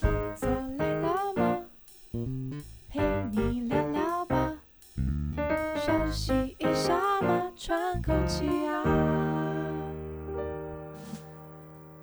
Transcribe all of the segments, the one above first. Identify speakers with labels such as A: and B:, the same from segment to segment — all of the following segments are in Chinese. A: 坐累了吗？陪你聊聊吧，休息一下嘛，喘口气啊。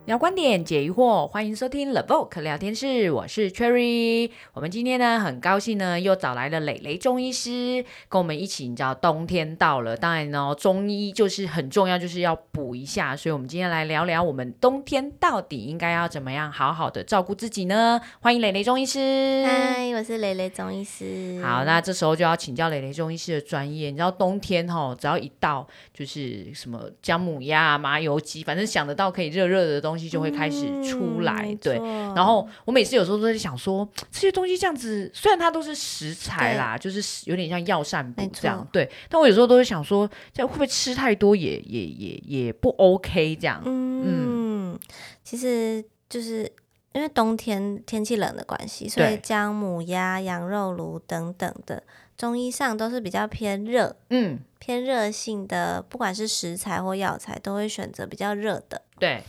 B: 聊观点，解疑惑，欢迎收听 The Book 聊天室，我是 Cherry。我们今天呢，很高兴呢，又找来了磊磊中医师，跟我们一起。你知道冬天到了，当然呢，中医就是很重要，就是要补一下。所以，我们今天来聊聊我们冬天到底应该要怎么样好好的照顾自己呢？欢迎磊磊中医师。
C: 嗨，我是蕾蕾中医师。
B: 好，那这时候就要请教蕾蕾中医师的专业。你知道冬天哈，只要一到就是什么姜母鸭啊、麻油鸡，反正想得到可以热热的东西就会开始出来。
C: 嗯
B: 对，然
C: 然
B: 后我每次有时候都在想说，这些东西这样子，虽然它都是食材啦，就是有点像药膳补
C: 没
B: 这样
C: 错，
B: 对。但我有时候都会想说，这样会不会吃太多也也也也不 OK 这样？
C: 嗯，其实就是因为冬天天气冷的关系，所以
B: 对
C: 姜母鸭、羊肉炉等等的，中医上都是比较偏热、
B: 嗯，
C: 偏热性的，不管是食材或药材，都会选择比较热的。
B: 对，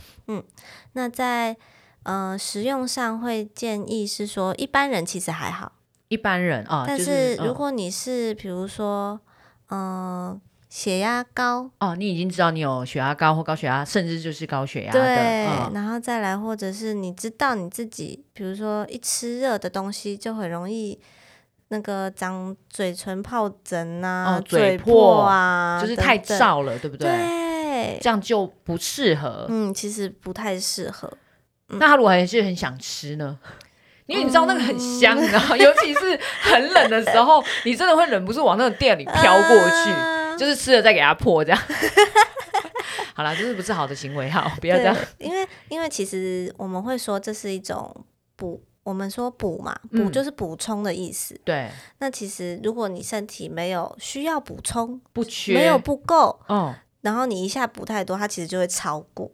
C: 那在呃食用上会建议是说，一般人其实还好，
B: 一般人啊，
C: 但
B: 就是
C: 是如、果你是比如说，嗯，血压高。
B: 嗯哦，你已经知道你有血压高或高血压，甚至就是高血压的，
C: 对，
B: 嗯、
C: 然后再来，或者是你知道你自己，比如说一吃热的东西就很容易那个长嘴唇疱疹啊、
B: 哦
C: 嘴
B: 嘴破
C: 破啊，
B: 就是
C: 等
B: 太
C: 等。
B: 燥了，对不对？
C: 对，
B: 这样就不适合。
C: 嗯，其实不太适合。
B: 那他如果还是很想吃呢？
C: 哦
B: 因为你知道那个很香，然后尤其是很冷的时候，你真的会忍不住往那个店里飘过去，
C: 啊
B: 就是吃了再给它破这样。 好啦，这是不是好的行为哈？不要这样。
C: 对因为因为其实我们会说这是一种补，我们说补嘛，
B: 嗯
C: 补就是补充的意思。
B: 对，
C: 那其实如果你身体没有需要补充，
B: 不缺。
C: 没有不够，
B: 哦
C: 然后你一下补太多，它其实就会超过。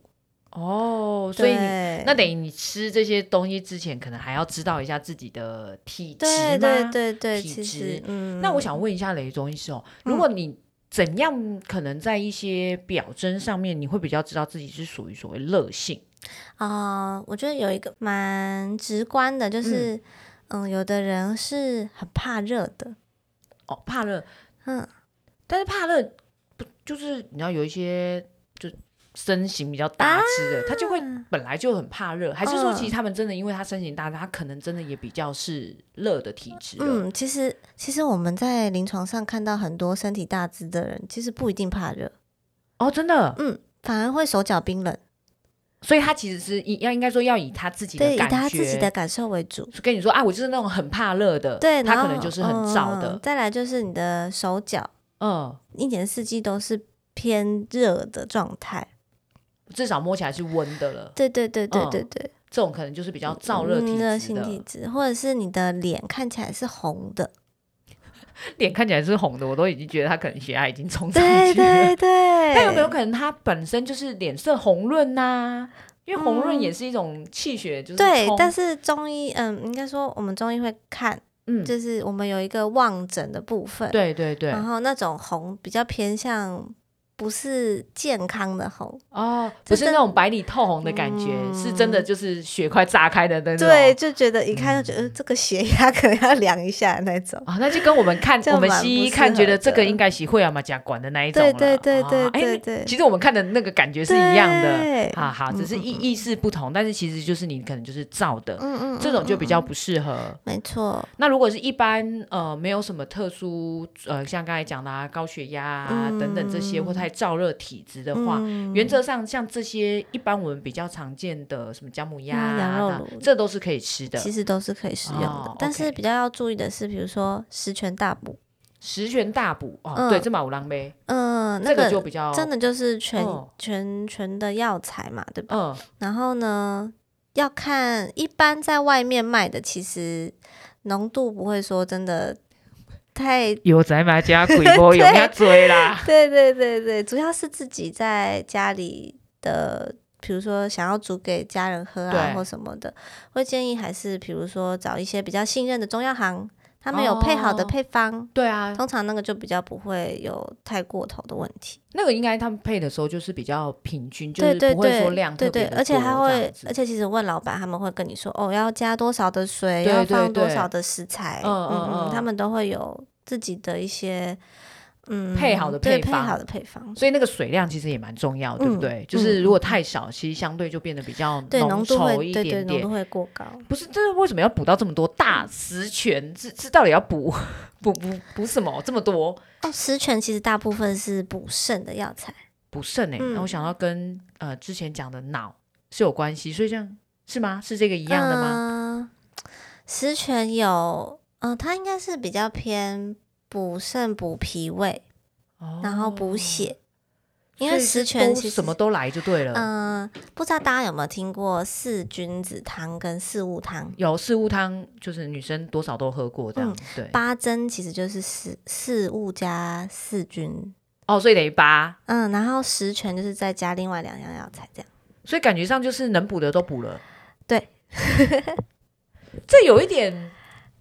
B: 哦，所以你
C: 对
B: 那等于你吃这些东西之前，可能还要知道一下自己的体质
C: 对
B: 吗
C: 对对对，
B: 体
C: 其
B: 质
C: 实嗯，
B: 那我想问一下雷中医师哦，如果你怎样可能在一些表征上面，你会比较知道自己是属于所谓热性
C: 啊、我觉得有一个蛮直观的，就是嗯有的人是很怕热的，
B: 哦，怕热，
C: 嗯，
B: 但是怕热不就是你知道有一些就身形比较大只的，他就会本来就很怕热，还是说
C: 啊嗯
B: 其实他们真的因为他身形大，他可能真的也比较是热的体质了？
C: 嗯，其实其实我们在临床上看到很多身体大只的人，其实不一定怕热，
B: 哦，真的，
C: 嗯，反而会手脚冰冷，
B: 所以他其实是以要应该说要以他自己的
C: 对，以
B: 感觉，
C: 他自己的感受为主。
B: 跟你说啊，我就是那种很怕热的，
C: 对，
B: 他
C: 然
B: 可能
C: 后
B: 就是很燥的
C: 嗯再来就是你的手脚，
B: 嗯
C: 一年四季都是偏热的状态。
B: 至少摸起来是温的了。
C: 对对对对
B: 嗯
C: 对对，
B: 这种可能就是比较燥热体
C: 嗯热
B: 质
C: 性体
B: 的，
C: 质，或者是你的脸看起来是红 的。
B: 脸看起来是红的，我都已经觉得他可能血压已经冲上
C: 对
B: 去了。
C: 对对，
B: 但有没有可能他本身就是脸色红润呐、因为红润也是一种气血，就是
C: 嗯对，但
B: 是
C: 是中医，嗯，应该说我们中医会看，
B: 嗯，
C: 就是啊我们有一个望诊的部分，，
B: 对对对，
C: 然后那种红比较偏向不是健康的红，
B: 哦，
C: 这
B: 不是
C: 真
B: 那种白里透红的感觉，
C: 嗯
B: 是真的就是血快炸开的那种。嗯
C: 对，就觉得一看就觉得、呃这个血压可能要量一下那种。
B: 啊、那就跟我们 看
C: 这
B: 我
C: 样
B: 们
C: 蛮
B: 西
C: 不
B: 医
C: 适
B: 看，觉得
C: 合
B: 这个
C: 的
B: 应该洗会啊嘛甲管的那一种
C: 对
B: 啦
C: 对对对
B: 啊哎
C: 对
B: 那
C: 对，
B: 其实我们看的那个感觉 是一样的
C: 对
B: 啊，好，只是意意识不同，但是其实就是你可能就是燥的，
C: 嗯嗯，
B: 这种就
C: 嗯
B: 比较
C: 嗯
B: 不适合。
C: 没错，
B: 那如果是一般呃没有什么特殊呃，像刚才讲的、啊、高血压啊、等等这些或太燥热体质的话，
C: 嗯
B: 原则上像这些一般我们比较常见的什么姜母鸭、啊、
C: 嗯羊肉
B: 那
C: 炉
B: 这都是可以吃的。
C: 其实都是可以使用的，
B: 哦
C: 但
B: OK
C: 是比较要注意的是，比如说十全大补，
B: 十全大补哦，
C: 嗯
B: 对，这马五郎呗，
C: 嗯、那
B: 这
C: 个
B: 个就比较
C: 真的就是全、
B: 哦
C: 全全的药材嘛，对吧？
B: 嗯
C: 然后呢，要看一般在外面卖的，其实浓度不会说真的太，
B: 有在买家鬼 波
C: 有那
B: 追啦。
C: 对对对对，主要是自己在家里的。比如说想要煮给家人喝啊
B: 对
C: 或什么的，会建议还是比如说找一些比较信任的中药行，他们有配好的
B: 哦
C: 配方，
B: 对啊，
C: 通常那个就比较不会有太过头的问题。
B: 那个应该他们配的时候就是比较平均，就
C: 对
B: 是
C: 对
B: 不会
C: 对
B: 说量，
C: 对
B: 特
C: 对
B: 别，的
C: 而且
B: 多
C: 还
B: 这样
C: 会，
B: 子
C: 而且其实问老板，他们会跟你说，哦，要加多少的水，
B: 对
C: 要
B: 对
C: 放多
B: 对
C: 少的食材，
B: 嗯嗯
C: 嗯
B: 嗯
C: 他们都会有自己的一些，嗯，
B: 配好的
C: 对
B: 配
C: 配
B: 方
C: 好的配方，
B: 所以那个水量其实也蛮重要，对不
C: 嗯
B: 对？
C: 嗯
B: 就是如果
C: 嗯
B: 太少，其实相对就变得比较
C: 对浓度
B: 稠
C: 会，
B: 一
C: 对对
B: 点
C: 浓
B: 点
C: 度。会过高。
B: 不是，这为什么要补到这么多大十全？这这到底要补补补补什么？这么多
C: 哦，十全其实大部分是补肾的药材，
B: 补肾哎、那、我
C: 嗯
B: 想到跟呃之前讲的脑是有关系，所以这样是吗？是这个一
C: 一
B: 样的吗？
C: 呃十全有，嗯、它应该是比较偏补肾、补脾胃，呃
B: 哦
C: 然后补，血，因
B: 所
C: 为
B: 以是
C: 十全
B: 都
C: 其实
B: 什么都来就对了。
C: 嗯，不知道大家有没有听过四君子汤跟四物汤？
B: 有四物汤，就是女生多少都喝过这样，
C: 嗯
B: 对。
C: 八珍其实就是四四物加四君，
B: 哦，所以等于八，
C: 嗯，然后十全就是再加另外两样药材，这样。
B: 所以感觉上就是能补的都补了。
C: 对，
B: 这有一点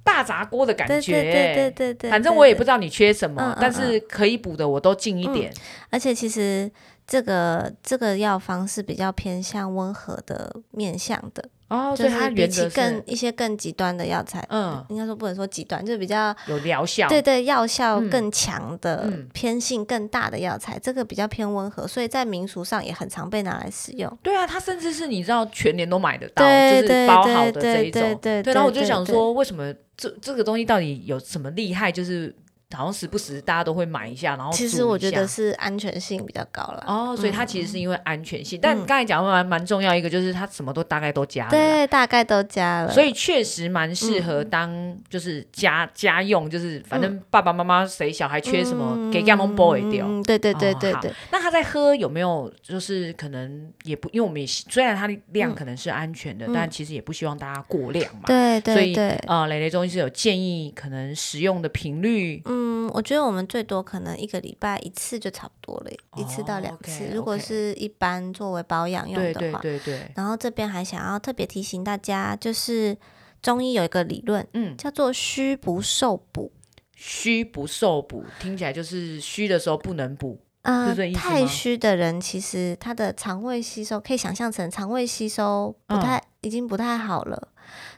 B: 大砸锅的感觉、
C: 对
B: 欸
C: 对对对对对。
B: 反正我也不
C: 对，
B: 知道你缺什么，
C: 嗯嗯
B: 但是可以补的我都尽一点。
C: 而且其实这个这个药方是比较偏向温和的面向的，
B: 哦，所
C: 嗯就
B: 以它
C: 是比
B: 原
C: 起
B: 则
C: 更
B: 是
C: 一些更极端的药材，
B: 嗯
C: 应该说不能说极端，就是比较
B: 有疗效。
C: 对对，药效
B: 嗯
C: 更强的、
B: 嗯
C: 偏性更大的药材，这个比较偏温和，所以在民俗上也很常被拿来使用。
B: 对啊，它甚至是你知道全年都买得到，
C: 对
B: 就是
C: 对
B: 包好
C: 对
B: 的这
C: 对
B: 一
C: 对
B: 种。
C: 对
B: 对，然后我就想，说，为什么这这个东西到底有什么厉害？就是好像时不时大家都会买一下，然后
C: 其
B: 煮
C: 实
B: 一
C: 我觉
B: 下
C: 得是嗯安全性比较高了。
B: 哦，所以它其实是因为安全
C: 嗯
B: 性，但刚才讲的蛮蛮重要一个，就是它什么都大概都加了啦，
C: 对，大概都加了。
B: 所
C: 以
B: 以确实蛮适
C: 嗯
B: 合当就是家家用，就是反正爸爸妈妈谁小孩缺什么，给 g a m o n boy 掉。
C: 嗯嗯，对对对
B: 哦
C: 对
B: 好
C: 对，
B: 那他在喝有没有就是可能也不，因为我们也希虽然它的量可能是安全的，
C: 嗯
B: 但其实也不希望大家过量嘛。
C: 对
B: 所
C: 对
B: 以
C: 对。
B: 啊，蕾蕾中医是有建议，可能食用的频率
C: 嗯，我觉得我们最多可能一个礼拜一次就差不多了，一次
B: 哦
C: 到两次。
B: ，OK，
C: 如果
B: OK
C: 是一般作为保养用
B: 对
C: 的
B: 对
C: 话，
B: 对对，
C: 然后这边还想要特别提醒大家，就是中医有一个理论
B: 嗯，
C: 叫做虚不受补。
B: 虚不受补，听起来就是虚的时候不能补，
C: 呃
B: 是这意，思
C: 太
B: 吗
C: 虚的人其实他的肠胃吸收可以想象成肠胃吸收不
B: 嗯
C: 太、已经不太好了，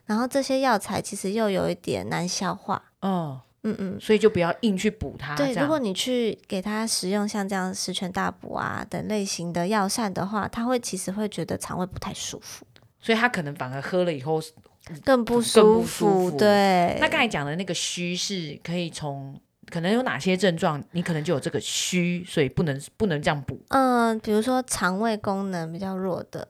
C: 然后这些药材其实又有一点难消化。
B: 哦，
C: 嗯嗯，
B: 所以就不要硬去补它。
C: 对，
B: 啊这
C: 如
B: 样
C: 果你去给他食用像这样十全大补啊等类型的药膳的话，他会其实会觉得肠胃不太舒服，
B: 所以他可能反而喝了以后，
C: 更
B: 更
C: 不
B: 不
C: 舒
B: 舒服
C: 对，
B: 那刚才讲的那个虚是可以从可能有哪些症状，你可能就有这个虚，所以不能不能这样补。
C: 嗯，比如说肠胃功能比较弱的，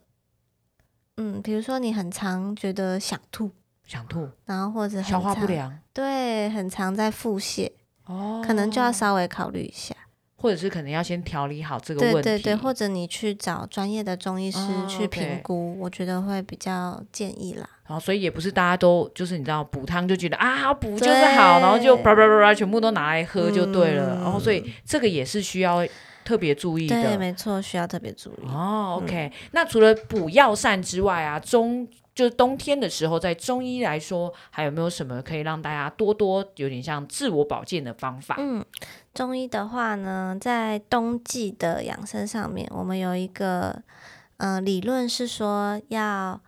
C: 嗯，比如说你很常觉得想吐，
B: 想吐，
C: 然后或者很
B: 消化不
C: 常
B: 良，
C: 对，很常在腹泻，
B: 哦，
C: 可能就要，稍微考虑一下。
B: 或者是可能要先调理好这个问
C: 对
B: 题。
C: 对对，或者你去找专业的中医师
B: 哦
C: 去评
B: OK
C: 估，我觉得会比较建议啦。
B: 然后所以也不是大家都就是你知道补汤就觉得啊补就是好，然后就叭叭叭叭全部都拿来喝就对了。然后所以这个也是需要特别注意的。
C: 嗯对，没嗯错，需要特别注意。
B: 哦，OK，、那除了补药膳之外啊，中就是冬天的时候，在中医来说，还有没有什么可以让大家多多有点像自我保健的方法？
C: 嗯，中医的话呢，在冬季的养生上面，我们有一个呃理论是说要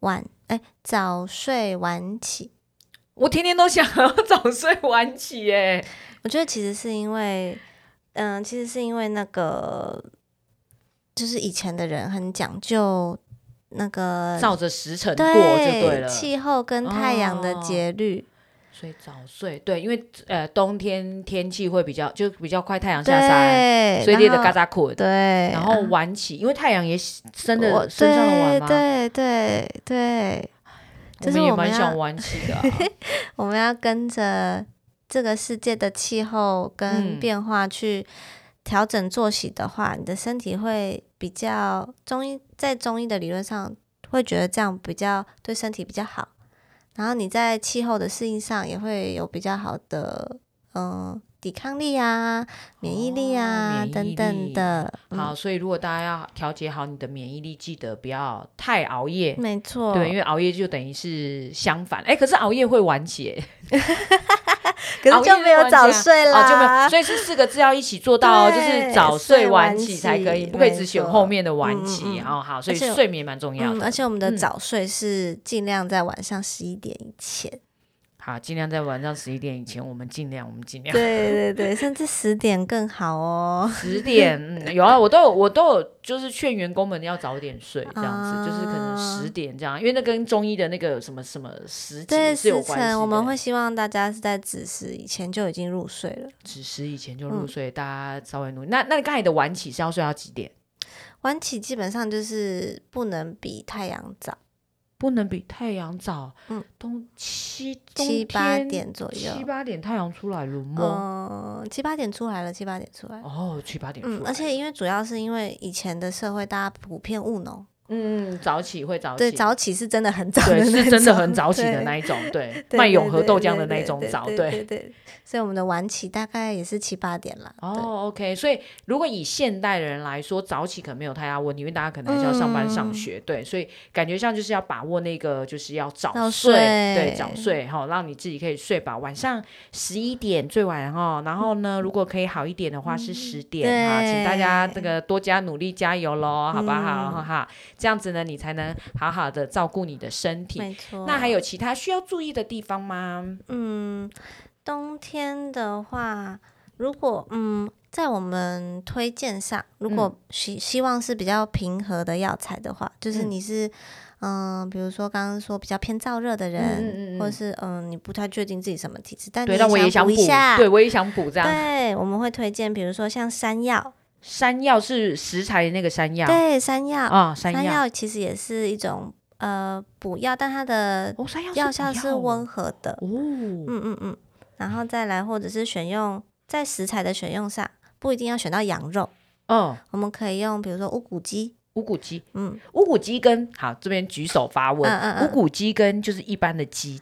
C: 晚哎早睡晚起。
B: 我天天都想要早睡晚 起耶，
C: 我觉得其实是因为，嗯、其实是因为那个，就是以前的人很讲究那个
B: 照着时辰过就对
C: 对
B: 了。哦
C: 气候跟太阳的节律，
B: 所以早睡对，因为呃冬天天气会比较就比较快太阳下山，
C: 对，
B: 所以你的
C: 哎
B: 嘎
C: 然后
B: 扎困。
C: 对，
B: 然后
C: 啊
B: 晚起，因为太阳也升
C: 我
B: 的身上的晚吗？
C: 对对对对，
B: 我
C: 就是
B: 们也
C: 我们
B: 蛮
C: 要
B: 想晚 起的啊、
C: 我们要跟着这个世界的气候
B: 嗯
C: 跟变化去调整作息的话，你的身体会比较中医在中医的理论上会觉得这样比较对身体比较好，然后你在气候的适应上也会有比较好的嗯、呃抵抗力啊、免疫力啊、
B: 哦免疫
C: 等等
B: 力
C: 的。嗯
B: 好，所以如果大家要调节好你的免疫力，记得不要太熬夜。
C: 嗯没错，
B: 对，因为熬夜就等于是相反，哎，可是熬夜会晚起，哎
C: 可
B: 熬
C: 是就
B: 夜
C: 没有
B: 玩家
C: 早睡啦，
B: 哦，就没有，所以是四个字要一起做到哦，就
C: 啊对
B: 是早睡
C: 睡
B: 晚
C: 晚
B: 起才可以，
C: 起
B: 不可以只选
C: 没错
B: 后面的晚起
C: 嗯嗯嗯
B: 哦。好，所以
C: 而且
B: 睡眠蛮重要
C: 嗯，
B: 的，
C: 而且我们的
B: 嗯
C: 早睡是尽量在晚上十一点以 前，
B: 好，尽量在晚上十一点以前，我们尽量，我们尽量。
C: 对对对，甚至十点更好哦。
B: 十点、嗯、有啊，我都有，我都有，就是劝员工们要早点睡，这样子，就是可能
C: 啊
B: 十点这样，因为那跟中医的那个什么什么时
C: 对
B: 节是有
C: 时
B: 关系
C: 辰，
B: 的。
C: 我们会希望大家是在子时以前就已经入睡了。
B: 子时以前就入
C: 嗯
B: 睡，大家稍微努力。那那你刚才的晚起是要睡到几点？
C: 晚起基本上就是不能比太阳早，
B: 不能比太阳早，
C: 嗯，
B: 冬七
C: 七八，点左
B: 冬
C: 右
B: 天。七八哦点太阳出来了吗？
C: 嗯，七八点出来了，七八点出来了。
B: 哦，七八点出来
C: 嗯
B: 了，，
C: 而且因为主要是因为以前的社会，大家普遍务农，
B: 嗯嗯，早起会早起，
C: 对早起是真的很早
B: 对
C: 的那
B: 是真的很
C: 种
B: 早起的
C: 对
B: 那一种，对，
C: 对
B: 卖
C: 对
B: 永和
C: 对
B: 豆浆的
C: 对
B: 那一
C: 对
B: 种
C: 对
B: 早，
C: 对对对。所以我们的晚起大概也是七八点啦。对，
B: 哦，OK，所以如果以现代人来说，早起可能没有太大问题，因为大家可能还是要上班上
C: 嗯
B: 学，对，所以感觉上就是要把握那个就是要早
C: 早
B: 睡，对，
C: 睡
B: 早睡哈、让你自己可以睡饱，晚上十一点最晚哈、然后呢，如果可以好一点的话是十点
C: 嗯
B: 哈、
C: 对嗯
B: 请大家这个多加努力加油喽，好不好？哈、哈，这样子呢，你才能好好的照顾你的身体。
C: 没错。
B: 那还有其他需要注意的地方吗？
C: 嗯，冬天的话，如果嗯，在我们推荐上，如果希希望是比较平和的药材的话，就是
B: 嗯
C: 你是嗯、比如说刚刚说比较偏燥热的人，
B: 嗯嗯嗯嗯
C: 或者是嗯你不太确定自己什么体质，但你
B: 对，
C: 也
B: 但我也想
C: 补
B: 补
C: 一下，，
B: 对我也想补这样。
C: 对，我们会推荐，比如说像山药，
B: 山药是食材的那个山药，
C: 对，山药，
B: 啊、山
C: 山
B: 药
C: 药其实也是一种呃补药，但它的
B: 哦，山药
C: 药
B: 补
C: 效是
B: 药
C: 温和的，
B: 哦，嗯
C: 嗯嗯嗯，然后再来，或者是选用在食材的选用上，不一定要选到羊肉，
B: 嗯，
C: 我们可以用比如说乌骨鸡，
B: 乌骨鸡，
C: 嗯，
B: 乌骨鸡跟好这边举手发问，
C: 嗯嗯
B: 乌
C: 嗯
B: 骨鸡跟就是一般的鸡，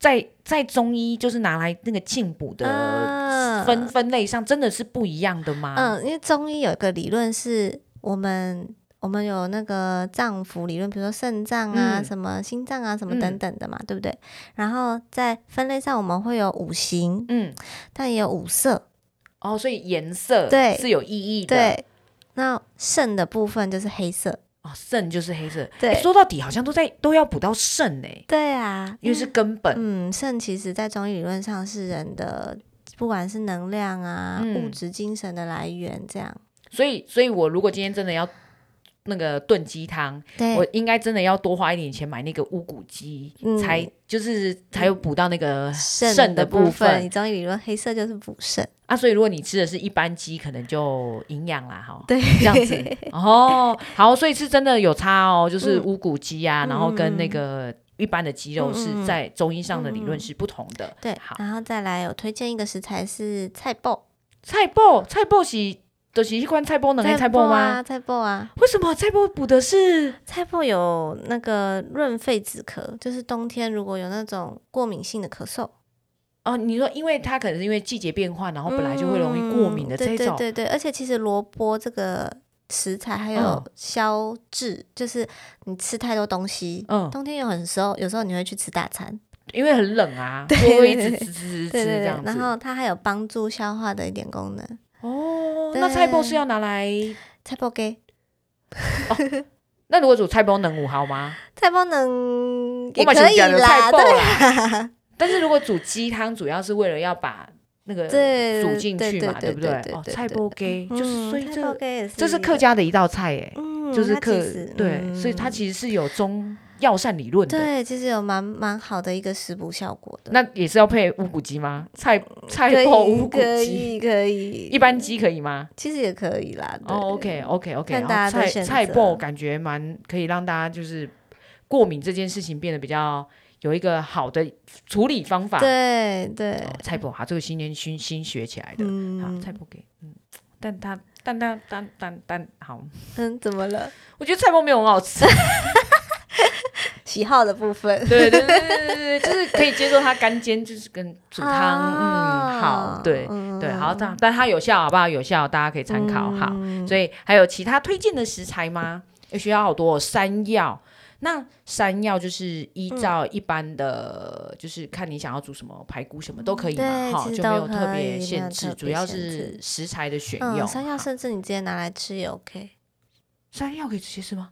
B: 在在中医就是拿来那个进补的
C: 啊
B: 分分类上真的是不一样的吗？
C: 嗯，因为中医有一个理论是我们。我们有那个脏腑理论，比如说肾脏啊、
B: 嗯
C: 什么心脏啊、什
B: 嗯
C: 么等等的嘛，对不对？然后在分类上，我们会有五行，
B: 嗯，
C: 但也有五色。
B: 哦，所以颜色
C: 对
B: 是有意义的，
C: 对，那肾的部分就是黑色。
B: 哦，肾就是黑色，
C: 对
B: 诶说到底好像都在都要补到肾呢、
C: 对啊，
B: 因为是根本，
C: 嗯，肾其实在中医理论上是人的，不管是能量啊、
B: 嗯
C: 物质、精神的来源，这样。
B: 所以所以我如果今天真的要那个炖鸡汤，我
C: 对，
B: 应该真的要多花一点钱买那个乌骨鸡，
C: 嗯
B: 才就是才有补到那个
C: 呃肾
B: 的
C: 的部分，
B: 分
C: 你中医理论黑色就是补肾。
B: 啊。所以如果你吃的是一般鸡，可能就营养啦，哈，
C: 对，
B: 这样子哦。好，所以是真的有差哦，就是
C: 嗯
B: 乌骨鸡啊，
C: 嗯
B: 然后跟那个一般的鸡肉
C: 嗯
B: 是
C: 嗯嗯
B: 在中医上的理论
C: 嗯嗯
B: 是不同的。
C: 对
B: 好，，
C: 然后再来，我推荐一个食材是菜爆，
B: 菜脯，菜脯是就是一罐菜脯能的菜脯吗？
C: 啊，菜爆啊，
B: 为什么菜脯补的是？
C: 菜爆有那个润肺止咳，就是冬天如果有那种过敏性的咳嗽，
B: 哦，你说，因为它可能是因为季节变换，然后本来就会容易过敏
C: 嗯
B: 的这
C: 对
B: 种，
C: 对对对，而且其实萝卜这个食材还有
B: 嗯
C: 消滞，就是你吃太多东西，
B: 嗯
C: 冬天有很时候有时候你会去吃大餐，
B: 因为很冷啊，就
C: 对
B: 会一直吃吃吃吃
C: 对对
B: 这
C: 对
B: 样，子。
C: 然后它还有帮助消化的一点功能。
B: 哦，
C: 对
B: 那菜包是要拿来？
C: 菜包给
B: 那如果煮菜包能五好吗？
C: 菜包能
B: 我
C: 也
B: 嘛
C: 可
B: 是
C: 以
B: 讲的菜
C: 啦，
B: 包
C: 对
B: 啦。 但是如果煮鸡汤，主要是为了要把那个
C: 对
B: 煮进去嘛，
C: 对对
B: 不
C: 对对
B: 哦，
C: 对
B: 菜
C: 对
B: 包给就是
C: 嗯
B: 所以
C: 菜包
B: 这
C: 给也是
B: 这是
C: 一
B: 客
C: 个，
B: 家的一道菜哎，
C: 嗯，
B: 就是
C: 它其
B: 客
C: 实
B: 对，所以它
C: 嗯
B: 其实是有中药膳理论的。
C: 对其实有蛮蛮好的一个食补效果的。
B: 那也是要配乌骨鸡吗？菜
C: 可
B: 菜
C: 以
B: 包乌骨
C: 可
B: 鸡，
C: 以可以，
B: 一般鸡可以吗？
C: 其实也可以啦。对
B: 哦，OK OK OK，
C: 看
B: 然后
C: 大家的
B: 菜
C: 选
B: 菜
C: 择
B: 爆感觉蛮可以让大家就是过敏这件事情变得比较有一个好的处理方法。
C: 对对
B: 哦，，菜爆哈，这个新年新新学起来的，好
C: 嗯
B: 菜爆给嗯，但它但它但但但好，
C: 嗯，怎么了？
B: 我觉得菜爆没有很好吃，啊
C: 喜好的部分。
B: 对对对对对对，就是可以接受它干煎，就是跟煮汤，嗯，好，对
C: 啊嗯
B: 对，好，但但它有效，好不好？有效，大家可以参考。好，
C: 嗯
B: 所以还有其他推荐的食材吗？也需要好多、哦、山药。那山药就是依
C: 嗯
B: 照一般的，就是看你想要煮什么排骨什么都可以嘛，
C: 嗯对
B: 哈，
C: 其实
B: 就没
C: 都
B: 有特
C: 可以没
B: 别
C: 有
B: 限
C: 特
B: 制，主
C: 别
B: 要
C: 限
B: 是
C: 制
B: 食材的选用。
C: 嗯，山药
B: 好
C: 甚至你直接拿来吃也 OK。
B: 山药可以直接吃吗？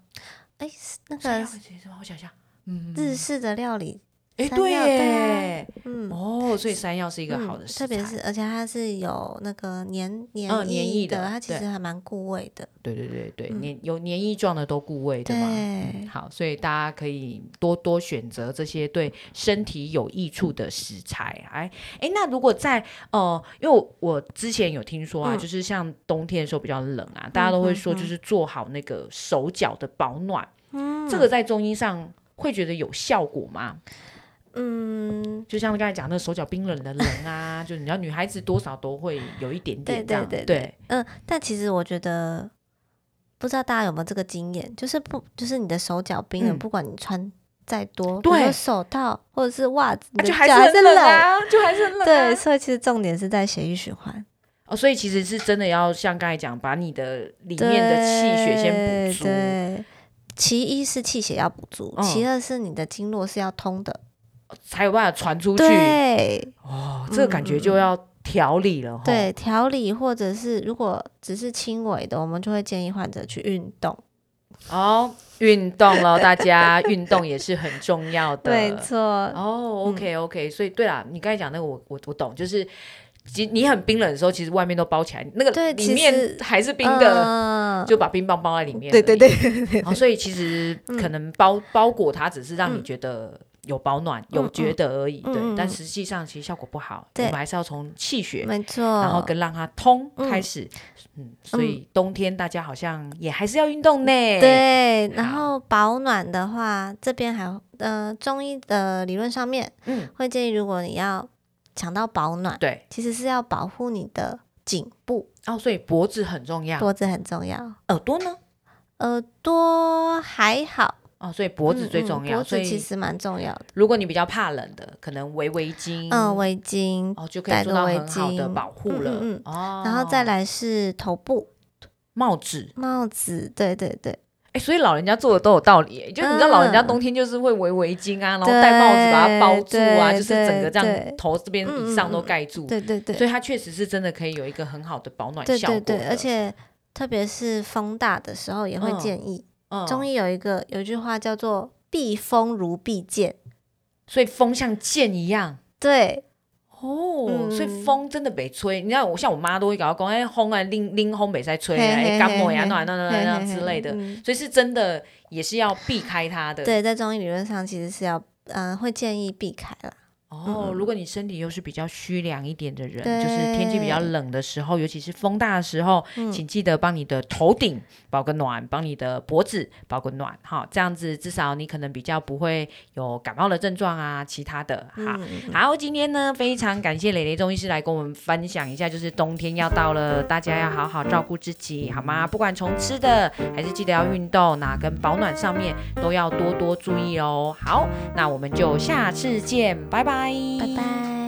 C: 哎，那
B: 山药
C: 个
B: 可以直接吃吗？我想想，嗯，
C: 日式的料理，
B: 哎，
C: 山
B: 对
C: 药对
B: 耶，
C: 嗯，
B: 哦，所以山药是一
C: 一
B: 个好的食材，
C: 特别是而且它是有那个黏黏
B: 嗯黏
C: 液
B: 液的
C: 它其
B: 对
C: 实还蛮固味的。
B: 对对对对，
C: 嗯
B: 黏有黏液状的都固胃，对吗？嗯
C: 对
B: 好，所以大家可以多多选择这些对身体有益处的食材。哎哎，那如果在呃，因为我我之前有听说啊，
C: 嗯
B: 就是像冬天的时候比较冷啊，大家都会说
C: 嗯嗯
B: 就是做好那个手脚的保暖，
C: 嗯
B: 这个在中医上会觉得有效果吗？
C: 嗯，
B: 就像刚才讲的手脚冰冷的冷啊，就你知道女孩子多少都会有一点
C: 对
B: 点这
C: 对
B: 样，
C: 对嗯，但其实我觉得，不知道大家有没有这个经验，就是不就是你的手脚冰冷，
B: 嗯
C: 不管你穿再多，比如说
B: 对
C: 手套或者是袜子，你
B: 啊
C: 的
B: 就
C: 脚
B: 还是
C: 还
B: 很
C: 是
B: 冷。啊，就还是很冷、啊，
C: 对，所以其实重点是在血液循环
B: 哦，所以其实是真的要像刚才讲，把你的里面的气血先补
C: 对
B: 足。
C: 对，其一是气血要补足，
B: 嗯
C: 其二是你的经络是要通的。
B: 才有办法传出去。
C: 对嗯
B: 哦，这个感觉就要调理了哈。
C: 对，调理或者是如果只是轻微的，我们就会建议患者去运动。
B: 哦，运动了，大家运动也是很重要的。
C: 没错，
B: 哦，OK
C: 嗯
B: OK，所以对啦，你刚才讲那个我我我懂，就是其你很冰冷的时候，其实外面都包起来，那个
C: 对
B: 里
C: 其
B: 面
C: 实
B: 还是冰的，
C: 嗯
B: 就把冰棒包在里面。
C: 对对。对，嗯
B: 哦，所以其实可能包、包裹它只是让你觉得有保暖、有觉得而已，
C: 嗯嗯
B: 对。
C: 嗯
B: 但实际上其实效果不好，我
C: 对
B: 们还是要从气血，
C: 没错。
B: 然后跟让它通
C: 嗯
B: 开始。嗯所以冬天大家好像也还是要运动呢。，
C: 嗯对，然
B: 好
C: 后保暖的话，这边还呃中医的理论上面
B: 嗯，
C: 会建议，如果你要讲到保暖，
B: 对。
C: 其实是要保护你的颈部，
B: 哦，所以脖子很重要，
C: 脖子很重要，
B: 耳朵呢？
C: 耳朵还好，
B: 哦，所以脖子
C: 嗯
B: 最
C: 嗯
B: 重要。
C: 脖
B: 所
C: 子其
B: 以
C: 实蛮重要的，
B: 如果你比较怕冷的，可能围围巾，
C: 嗯，围巾，
B: 哦就可以
C: 戴
B: 做
C: 个
B: 到
C: 围
B: 很好的
C: 巾
B: 保护
C: 嗯
B: 了。
C: 嗯嗯
B: 哦，
C: 然后再来是头部。
B: 帽子，
C: 帽子，对对对，
B: 哎、所以老人家做的都有道理耶、就你知道，老人家
C: 嗯
B: 冬天就是会围围巾啊，然后
C: 对
B: 戴帽子把它包住啊，
C: 对
B: 就是整个这样
C: 对嗯
B: 头这边以上都盖住，
C: 对对对，
B: 所以它确实是真的可以有一个很好的保暖
C: 对
B: 效果
C: 对
B: 的。
C: 对，而且特别是风大的时候也会
B: 嗯
C: 建议，
B: 嗯
C: 中医有一个有一句话叫做“避风如避剑
B: 所以风像箭一样。”，
C: 嗯对，
B: 哦，
C: 嗯
B: 所以风真的没吹，你看我像我妈都会搞讲，哎、风啊，拎拎风没在吹啊，
C: 嘿嘿
B: 哎，感冒呀，
C: 嘿
B: 暖暖暖暖暖
C: 嘿嘿嘿
B: 之类的，
C: 嗯
B: 所以是真的也是要避开它的。，
C: 对，在中医理论上其实是要，嗯、会建议避开啦。
B: 哦，如果你身体又是比较虚凉一点的人，
C: 嗯对
B: 就是天气比较冷的时候，尤其是风大的时候，
C: 嗯
B: 请记得帮你的头顶保个暖，帮你的脖子保个暖，哈，这样子至少你可能比较不会有感冒的症状啊，其他的哈。
C: 嗯，
B: 好，今天呢，非常感谢蕾蕾中医师来跟我们分享一下，就是冬天要到了，大家要好好照顾自己，好
C: 嗯
B: 吗？不管从吃的，还是记得要运动，那跟保暖上面都要多多注意哦。好，那我们就下次见，拜拜，
C: 拜拜。